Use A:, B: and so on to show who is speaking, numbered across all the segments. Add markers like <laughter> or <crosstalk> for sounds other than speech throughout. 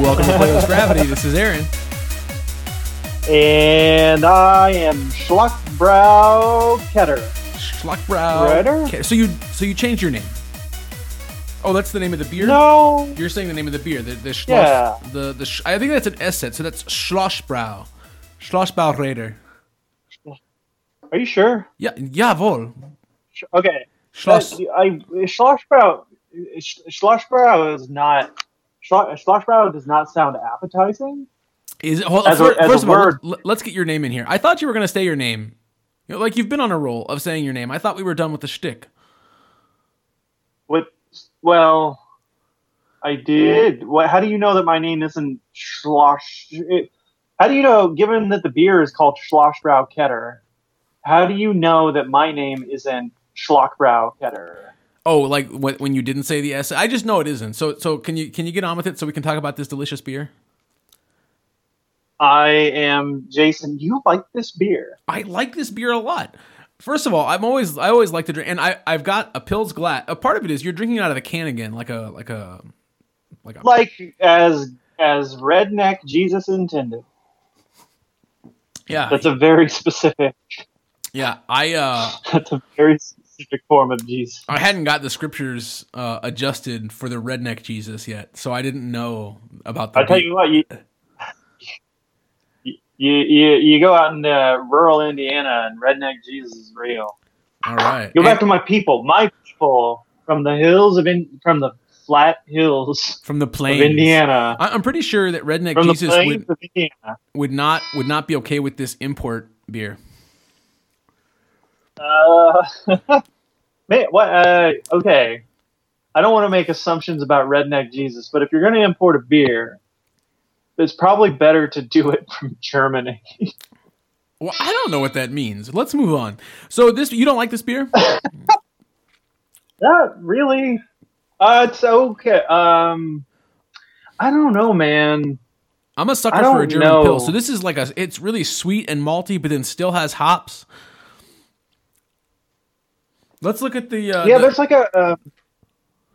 A: welcome to Play with Gravity. This is Aaron.
B: And I am Schlockbrow Ketter.
A: Schlockbrow.
B: Rider?
A: Okay, so you so you changed your name. Oh, that's the name of the beer.
B: No,
A: You're saying the name of the beer. The the Schloss,
B: Yeah.
A: the, the Sch- I think that's an S set. So that's Schlossbrau. Schlossbrau Raider.
B: are you sure?
A: Yeah, jawohl.
B: Sh- Okay. Uh,
A: Schloss.
B: I, I Schlossbrow Sch- Schlossbrow is not Schlo- Schlossbrow does not sound appetizing.
A: Is it, well,
B: As a-
A: fir-
B: as a
A: first of all,
B: word.
A: let- let's get your name in here. I thought you were going to say your name. You know, like you've been on a roll of saying your name. I thought we were done with the shtick.
B: What? Well, I did. What? How do you know that my name isn't Schloss? it- How do you know, given that the beer is called Schlossbrow Ketter, how do you know that my name isn't Schlockbrow Ketter?
A: Oh, like when, when you didn't say the S. I just know it isn't. So so can you can you get on with it so we can talk about this delicious beer?
B: I am Jason. You like this beer?
A: I like this beer a lot. First of all, I'm always I always like to drink, and I I've got a Pils glass. A part of it is you're drinking it out of the can again, like a like a like a.
B: Like as as redneck Jesus intended.
A: yeah
B: That's a very specific. <laughs>
A: yeah. I uh
B: That's a very specific form of Jesus.
A: I hadn't got the scriptures uh adjusted for the redneck Jesus yet, so I didn't know about the.
B: I tell
A: beer.
B: you what, you you you, you go out in uh, rural Indiana and redneck Jesus is real.
A: All right.
B: Go
A: And
B: back to my people, my people from the hills of in, from the flat hills
A: from the
B: of
A: plains.
B: Indiana,
A: I- I'm pretty sure that redneck
B: from
A: Jesus
B: the plains
A: would,
B: of Indiana.
A: would not would not be okay with this import beer.
B: Uh, <laughs> man, what? Uh, okay, I don't want to make assumptions about redneck Jesus, but if you're going to import a beer, it's probably better to do it <laughs> from Germany.
A: Well, I don't know what that means. Let's move on. So this you don't like this beer?
B: Not really. Uh, it's okay. Um, I don't know, man.
A: I'm a
B: I
A: sucker for a
B: don't
A: German
B: know.
A: pill. So this is like a it's really sweet and malty, but then still has hops. Let's look at the uh,
B: Yeah,
A: the,
B: there's like a. Uh,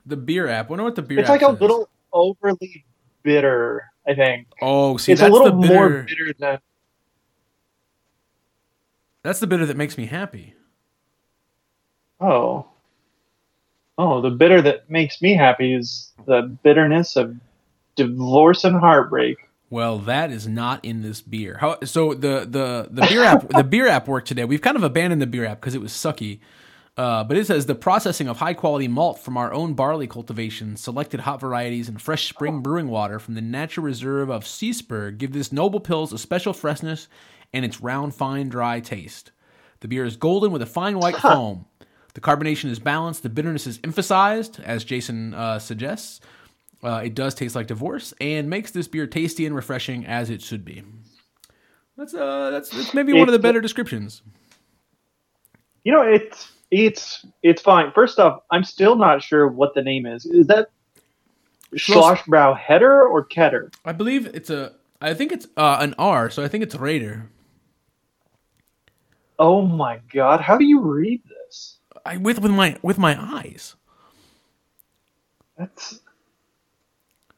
A: the beer app. Wonder what the beer
B: it's
A: app
B: like a
A: says.
B: little overly bitter. I think
A: Oh, see
B: it's a
A: that's
B: little
A: the bitter,
B: more bitter than.
A: That's the bitter that makes me happy.
B: Oh. Oh, the bitter that makes me happy is the bitterness of divorce and heartbreak.
A: Well, that is not in this beer. How, so the the the beer app the beer app worked today. We've kind of abandoned the beer app because it was sucky. Uh, but it says the processing of high quality malt from our own barley cultivation, selected hop varieties, and fresh spring brewing water from the natural reserve of Seaspur give this noble pills a special freshness and its round, fine, dry taste. The beer is golden with a fine white foam. The carbonation is balanced. The bitterness is emphasized, as Jason uh, suggests. Uh, it does taste like divorce and makes this beer tasty and refreshing as it should be. That's uh, that's, that's maybe one of the
B: It's-
A: better descriptions.
B: You know, it's it's it's fine. First off, I'm still not sure what the name is. Is that
A: Schloss-
B: Schlossbrow Header or Ketter?
A: I believe it's a. I think it's uh, an R, so I think it's Raider.
B: Oh my god, how do you read this?
A: I with with my with my eyes.
B: That's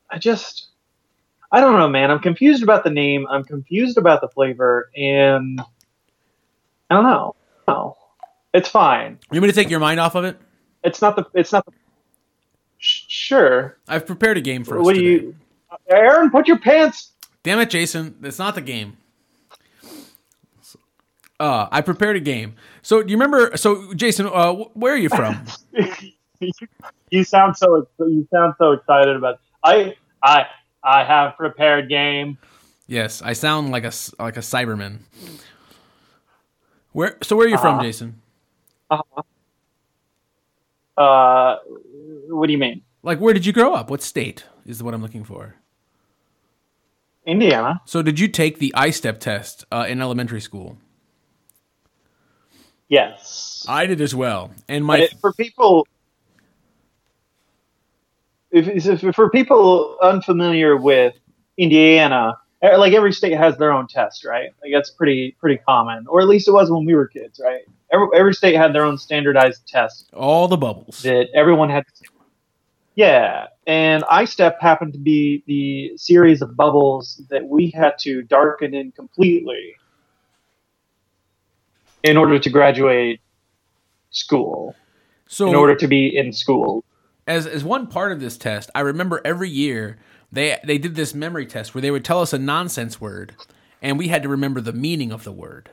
B: I just I don't know, man. I'm confused about the name. I'm confused about the flavor, and I don't know. No, it's fine.
A: You want me to take your mind off of it?
B: it's not the it's not the Sh- sure
A: I've prepared a game for us
B: what do
A: today.
B: you Uh, aaron put your pants <laughs>
A: Damn it, Jason! That's not the game. Uh, I prepared a game. So do you remember? So Jason, uh, wh- where are you
B: <laughs>
A: from?
B: you sound so you sound so excited about i i i have prepared game
A: yes, I sound like a s- like a Cyberman. Where? So where are you from,
B: Uh-huh.
A: Jason?
B: uh what do you mean
A: Like, where did you grow up? What state is what I'm looking for?
B: indiana
A: So did you take the I-STEP test uh, in elementary school?
B: yes
A: I did as well. And my
B: It- for people if, if for people unfamiliar with indiana eh, like every state has their own test right like that's pretty pretty common or at least it was when we were kids right every, every state had their own standardized test
A: all the bubbles.
B: that everyone had yeah And iStep happened to be the series of bubbles that we had to darken in completely in order to graduate school,
A: So
B: in order to be in school.
A: as as one part of this test, I remember every year they they did this memory test where they would tell us a nonsense word, and we had to remember the meaning of the word.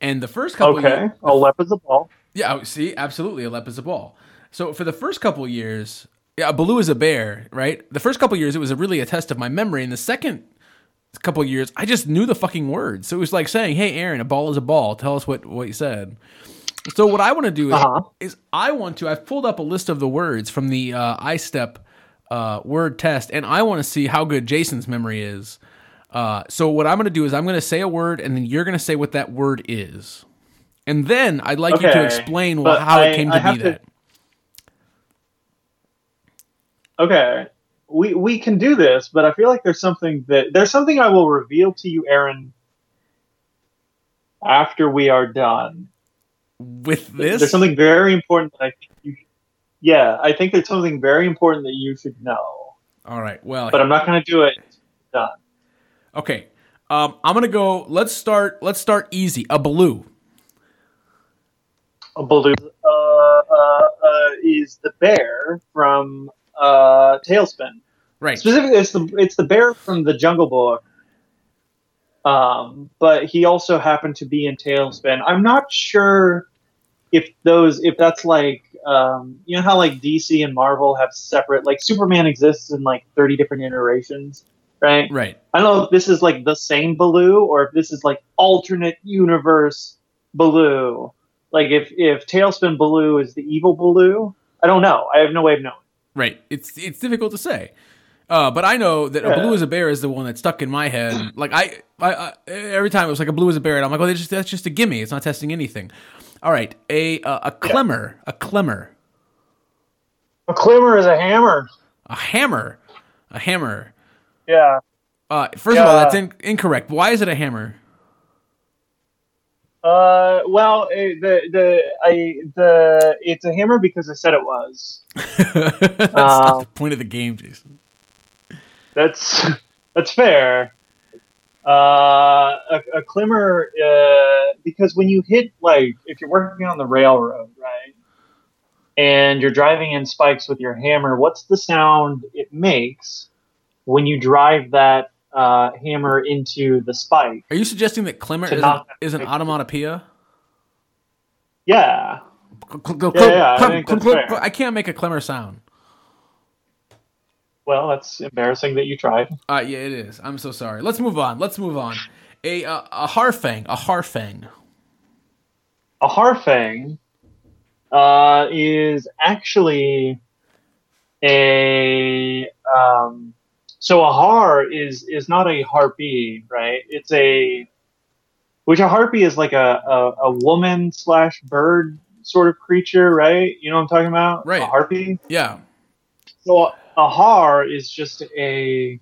A: And the first couple,
B: Okay.
A: year-
B: A lep is a ball.
A: yeah, oh, see, absolutely, a lep is a ball. So for the first couple years, yeah, a Baloo is a bear, right? The first couple years, it was a, really a test of my memory, and the second couple years, I just knew the fucking words. So it was like saying, "Hey, Aaron, a ball is a ball. Tell us what what you said." So what I want to do is,
B: Uh-huh.
A: is I want to. I've pulled up a list of the words from the uh, iStep uh, word test, and I want to see how good Jason's memory is. Uh, so what I'm going to do is I'm going to say a word, and then you're going to say what that word is, and then I'd like you to
B: Okay,
A: explain wh-
B: but
A: how
B: I-
A: it came
B: I
A: to
B: have
A: be
B: to-
A: that.
B: Okay. We we can do this, but I feel like there's something that there's something I will reveal to you, Aaron, after we are done.
A: With this,
B: There's something very important that I think you Yeah, I think there's something very important that you should know.
A: all right. Well,
B: But I'm not gonna do it.
A: okay. Um, I'm gonna go. Let's start. Let's start easy. A Baloo.
B: A balloon uh, uh, uh, is the bear from uh, Tailspin.
A: Right.
B: Specifically, it's the it's the bear from the Jungle Book. Um, but he also happened to be in Tailspin. I'm not sure if those if that's like um, you know how like DC and Marvel have separate like Superman exists in like 30 different iterations, right?
A: Right.
B: I don't know if this is like the same Baloo or if this is like alternate universe Baloo. Like if if Tailspin Baloo is the evil Baloo, I don't know. I have no way of knowing.
A: Right. It's it's difficult to say. Uh, but I know that a
B: Yeah.
A: blue as a bear is the one that stuck in my head. Like I, I, I every time it was like a blue as a bear, and I'm like, oh, that's just, that's just a gimme. It's not testing anything. All right, a uh, a clemmer, a clemmer,
B: A climmer is a hammer.
A: a hammer, a hammer.
B: Yeah.
A: Uh, first of all,
B: Yeah.
A: that's in, incorrect. Why is it a hammer? <laughs>
B: Uh, well, eh, the the I the it's a hammer because I said it was.
A: that's
B: Uh.
A: not the point of the game, Jason.
B: That's <laughs> that's fair. Uh, a, a climber uh, because when you hit like if you're working on the railroad, right, and you're driving in spikes with your hammer, what's the sound it makes when you drive that uh, hammer into the spike?
A: Are you suggesting that clemmer
B: To
A: is an,
B: knock
A: is an automatopoeia?
B: Yeah,
A: Cl- cl- cl-
B: Yeah, yeah, I
A: clem-
B: think
A: clem-
B: that's
A: clem-
B: fair.
A: clem- I can't make a clemmer sound.
B: well, that's embarrassing that you tried.
A: Uh, yeah, it is. I'm so sorry. Let's move on. Let's move on. A uh, a harfang, a harfang.
B: a harfang uh, is actually a um, so a har is is not a harpy right it's a which a harpy is like a, a, a woman slash bird sort of creature right you know what i'm talking about
A: Right.
B: a harpy
A: Yeah.
B: so a har is just a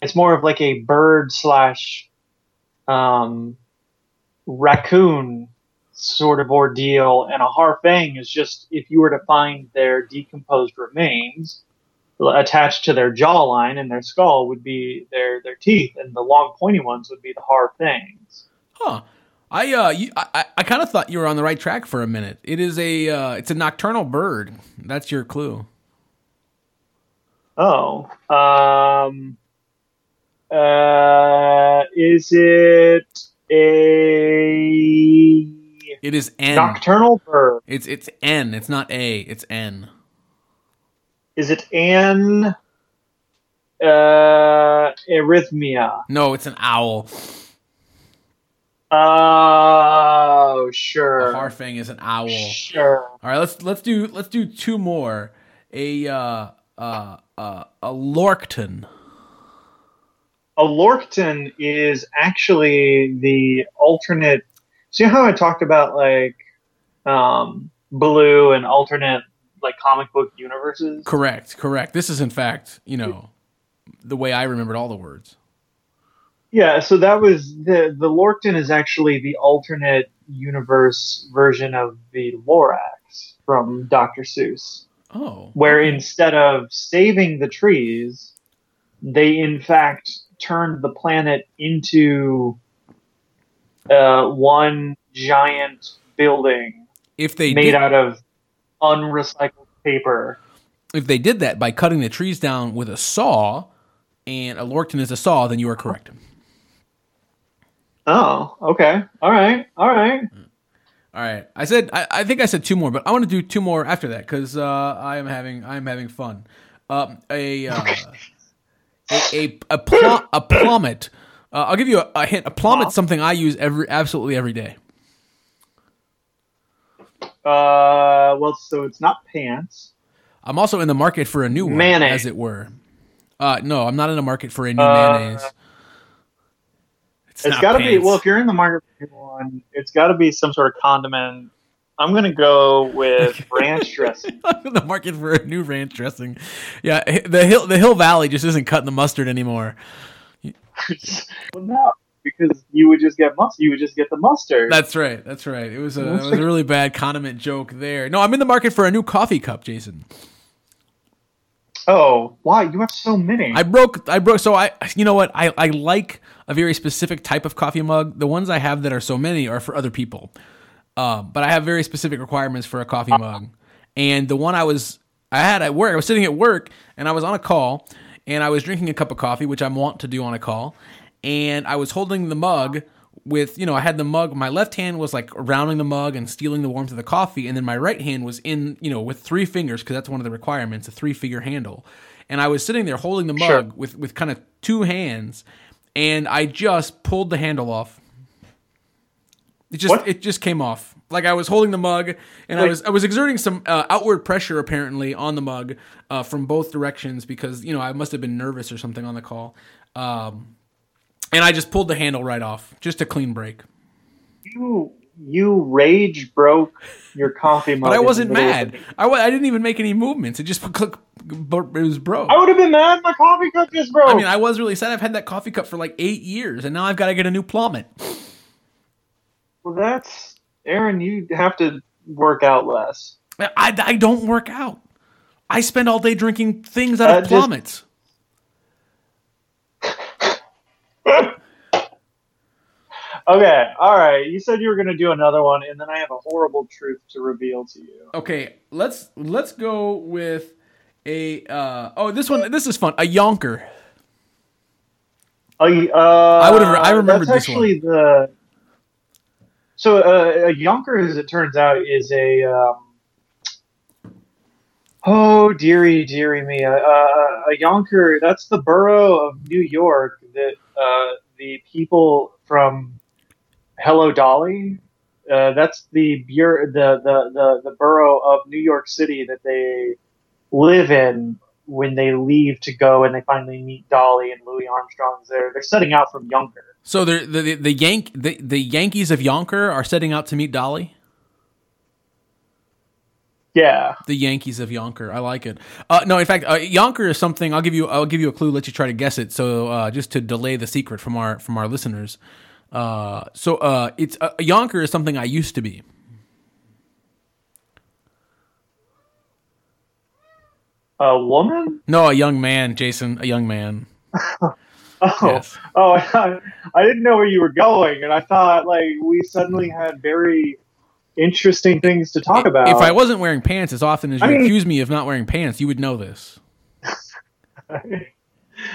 B: it's more of like a bird slash um, raccoon sort of ordeal, and a harfang is just if you were to find their decomposed remains attached to their jawline and their skull would be their their teeth, and the long pointy ones would be the harfangs.
A: Huh. I uh, you, I- I, I kind of thought you were on the right track for a minute. It is a uh, it's a nocturnal bird. That's your clue.
B: Oh, um, uh, is it a
A: It is N.
B: Nocturnal bird.
A: it's it's N. It's not A. It's N.
B: Is it an uh, arrhythmia?
A: No, it's an owl.
B: Oh,
A: A
B: sure,
A: harfang is an owl.
B: sure.
A: All right, let's let's do let's do two more. A uh uh uh a lorkton.
B: A lorkton is actually the alternate. See how I talked about like um, blue and alternate like comic book universes.
A: Correct. Correct. This is in fact, you know, the way I remembered all the words.
B: Yeah, so that was the the Lorkton is actually the alternate universe version of the Lorax from Dr. Seuss.
A: Oh,
B: where instead of saving the trees, they in fact turned the planet into uh, one giant building
A: if they
B: made
A: did,
B: out of unrecycled paper.
A: if they did that by cutting the trees down with a saw, and a lorgton is a saw, then you are correct.
B: Oh, okay. All right. All right.
A: Hmm. All right, I said I, I think I said two more, but I want to do two more after that because uh, I am having I am having fun. Um, a, uh, a a a pl- a plummet. Uh, I'll give you a, a hint. A plummet's something I use every absolutely every day.
B: Uh, well, so it's not pants.
A: I'm also in the market for a new one,
B: Mayonnaise.
A: as it were. Uh, no, I'm not in the market for a new
B: Uh,
A: mayonnaise.
B: it's
A: not
B: got to be.
A: pants.
B: Well, if you're in the market for one, it's got to be some sort of condiment. I'm gonna go
A: <laughs>
B: with ranch dressing.
A: the market for a new ranch dressing. Yeah, hi- the hill the Hill Valley just isn't cutting the mustard anymore.
B: well, <laughs> no, because you would just get mustard. You would just get the mustard.
A: That's right. That's right. It was a it was a really bad condiment joke there. No, I'm in the market for a new coffee cup, Jason.
B: oh, why you have so many?
A: I broke I broke so I you know what? I I like a very specific type of coffee mug. The ones I have that are so many are for other people. Um, but I have very specific requirements for a coffee mug. And the one I was I had at work, I was sitting at work and I was on a call and I was drinking a cup of coffee, which I want to do on a call, and I was holding the mug with you know, I had the mug my left hand was like rounding the mug and stealing the warmth of the coffee, and then my right hand was in, you know, with three fingers, because that's one of the requirements, a three figure handle. And I was sitting there holding the mug
B: Sure.
A: with, with kind of two hands and I just pulled the handle off. It just
B: What?
A: it just came off. Like I was holding the mug, and I
B: Wait.
A: was I was exerting some uh, outward pressure apparently on the mug uh, from both directions because you know I must have been nervous or something on the call, um, and I just pulled the handle right off. Just a clean break.
B: you you rage broke your coffee mug.
A: But I
B: in the
A: wasn't
B: middle of
A: mad.
B: the meeting.
A: I, wa- I didn't even make any movements. It just <laughs> click. It was broke.
B: I would have been mad. My coffee cup just broke.
A: I mean, I was really sad. I've had that coffee cup for like eight years, and now I've got to get a new plummet.
B: well, that's Aaron. You have to work out less.
A: I, I don't work out. I spend all day drinking things out
B: Uh,
A: of
B: just-
A: plummets.
B: Okay, all right. You said you were going to do another one, and then I have a horrible truth to reveal to you.
A: Okay, let's let's go with a uh, oh this one this is fun a yonker.
B: I, uh,
A: I would've- I remembered
B: that's
A: this one.
B: actually the. So uh, a yonker, as it turns out, is a. Um, oh dearie, dearie me! Uh, a yonker. That's the borough of New York that uh, the people from Hello Dolly. Uh, that's the, bur- the the the the borough of New York City that they live in when they leave to go and they finally meet Dolly and Louis Armstrong's there. They're setting out from Younger.
A: So the the the Yank the, the Yankees of Yonker are setting out to meet Dolly.
B: Yeah.
A: The Yankees of Yonker, I like it. Uh, no, in fact, uh, Yonker is something. I'll give you I'll give you a clue. Let you try to guess it. So uh, just to delay the secret from our from our listeners. Uh, so uh, it's uh, a Yonker is something I used to be.
B: A woman?
A: No, a young man, Jason, a young man.
B: Oh,
A: Yes.
B: oh <laughs> I, I didn't know where you were going, and I thought like we suddenly had very interesting things to talk about.
A: If I wasn't wearing pants as often as you
B: I mean-
A: accuse me of not wearing pants, you would know this.
B: <laughs>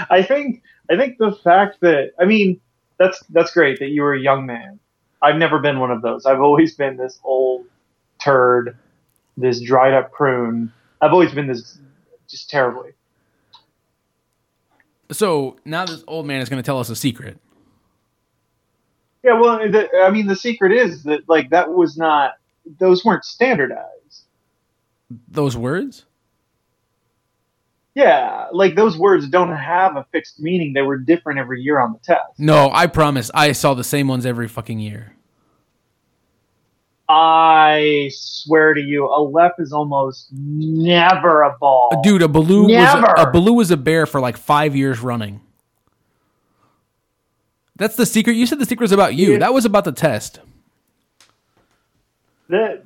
B: I think I think the fact that I mean that's that's great that you were a young man. I've never been one of those. I've always been this old turd, this dried up prune. I've always been this just terribly.
A: So now this old man is going to tell us a secret.
B: Yeah, well, the, I mean, the secret is that like that was not; those weren't standardized.
A: Those words?
B: Yeah, like those words don't have a fixed meaning. They were different every year on the test.
A: No, I promise. I saw the same ones every fucking year.
B: I swear to you, a lep is almost never a ball.
A: Dude, a blue
B: Never.
A: was a, a blue was a bear for like 5 years running. That's the secret. You said the secret was about you.
B: Yeah.
A: That was about the test.
B: that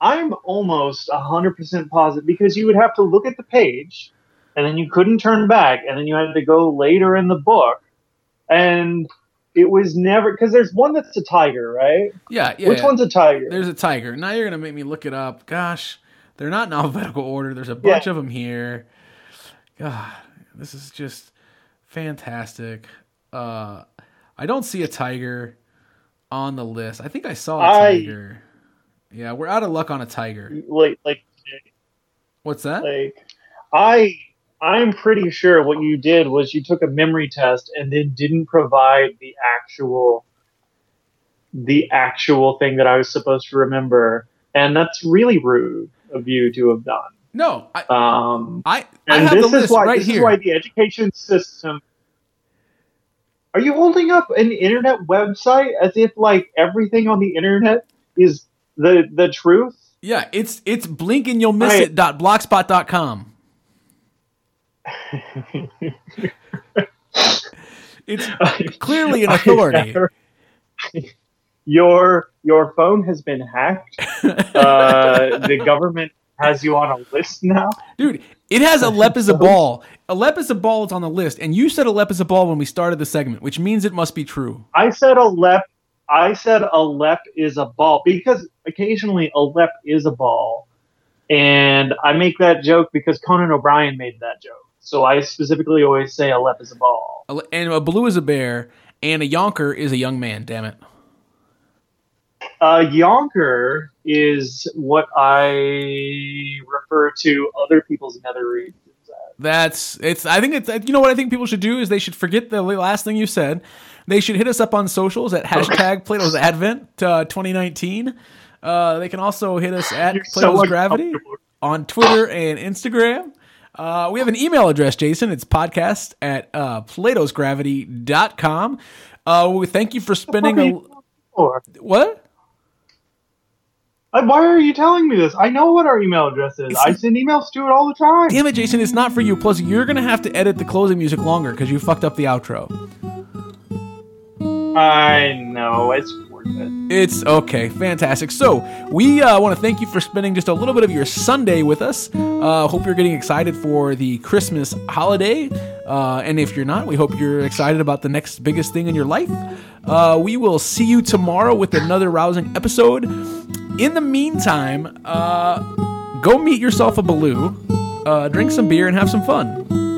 B: I'm almost 100% positive because you would have to look at the page and then you couldn't turn back and then you had to go later in the book and it was never because there's one that's a tiger, right?
A: Yeah, yeah.
B: Which
A: yeah.
B: one's a tiger?
A: There's a tiger. Now you're gonna make me look it up. Gosh, they're not in alphabetical order. There's a bunch
B: Yeah.
A: of them here. God, this is just fantastic. Uh, I don't see a tiger on the list. I think I saw a
B: I-
A: tiger. Yeah, we're out of luck on a tiger.
B: like like
A: What's that?
B: like I I'm pretty sure what you did was you took a memory test and then didn't provide the actual the actual thing that I was supposed to remember, and that's really rude of you to have done.
A: No, I
B: Um,
A: I, I
B: and
A: have the
B: this is
A: list
B: why
A: right
B: this
A: here.
B: is why the education system. Are you holding up an internet website as if like everything on the internet is the the
A: <laughs>
B: truth? <laughs>
A: yeah, it's it's blink and you'll miss
B: I-
A: it. Dot blogspot.com. it's
B: <laughs>
A: clearly an authority.
B: your your phone has been hacked. Uh,
A: <laughs>
B: the government has you on a list now.
A: Dude, it has Alepis ball. Alepis ball is on the list, and you said Alepis ball when we started the segment, which means it must be true.
B: I said a lep. I said a lep is a ball because occasionally a lep is a ball, and I make that joke because Conan O'Brien made that joke. So I specifically always say a lep is a ball.
A: Ale- And a blue is a bear, and a yonker is a young man. Damn it!
B: A Uh, yonker is what I refer to other people's nether regions as.
A: That's it's. I think it's. You know what I think people should do is they should forget the last thing you said. They should hit us up on socials at hashtag Plato's Advent uh, 2019. Uh, they can also hit us at
B: You're so
A: Plato's Gravity
B: uncomfortable.
A: on Twitter and Instagram. Uh, we have an email address, Jason. It's podcast at uh, platosgravity.com. Uh, we thank you for spending a.
B: Or-
A: What?
B: Uh, Why are you telling me this? I know what our email address is. I send emails to it all the time.
A: Damn it, Jason, it's not for you. Plus, you're going to have to edit the closing music longer because you fucked up the outro.
B: I know. It's worth it.
A: It's okay, fantastic. So, we uh, want to thank you for spending just a little bit of your Sunday with us. Uh, hope you're getting excited for the Christmas holiday. Uh, and if you're not, we hope you're excited about the next biggest thing in your life. Uh, we will see you tomorrow with another rousing episode. In the meantime, uh, go meet yourself a Baloo, uh, drink some beer, and have some fun.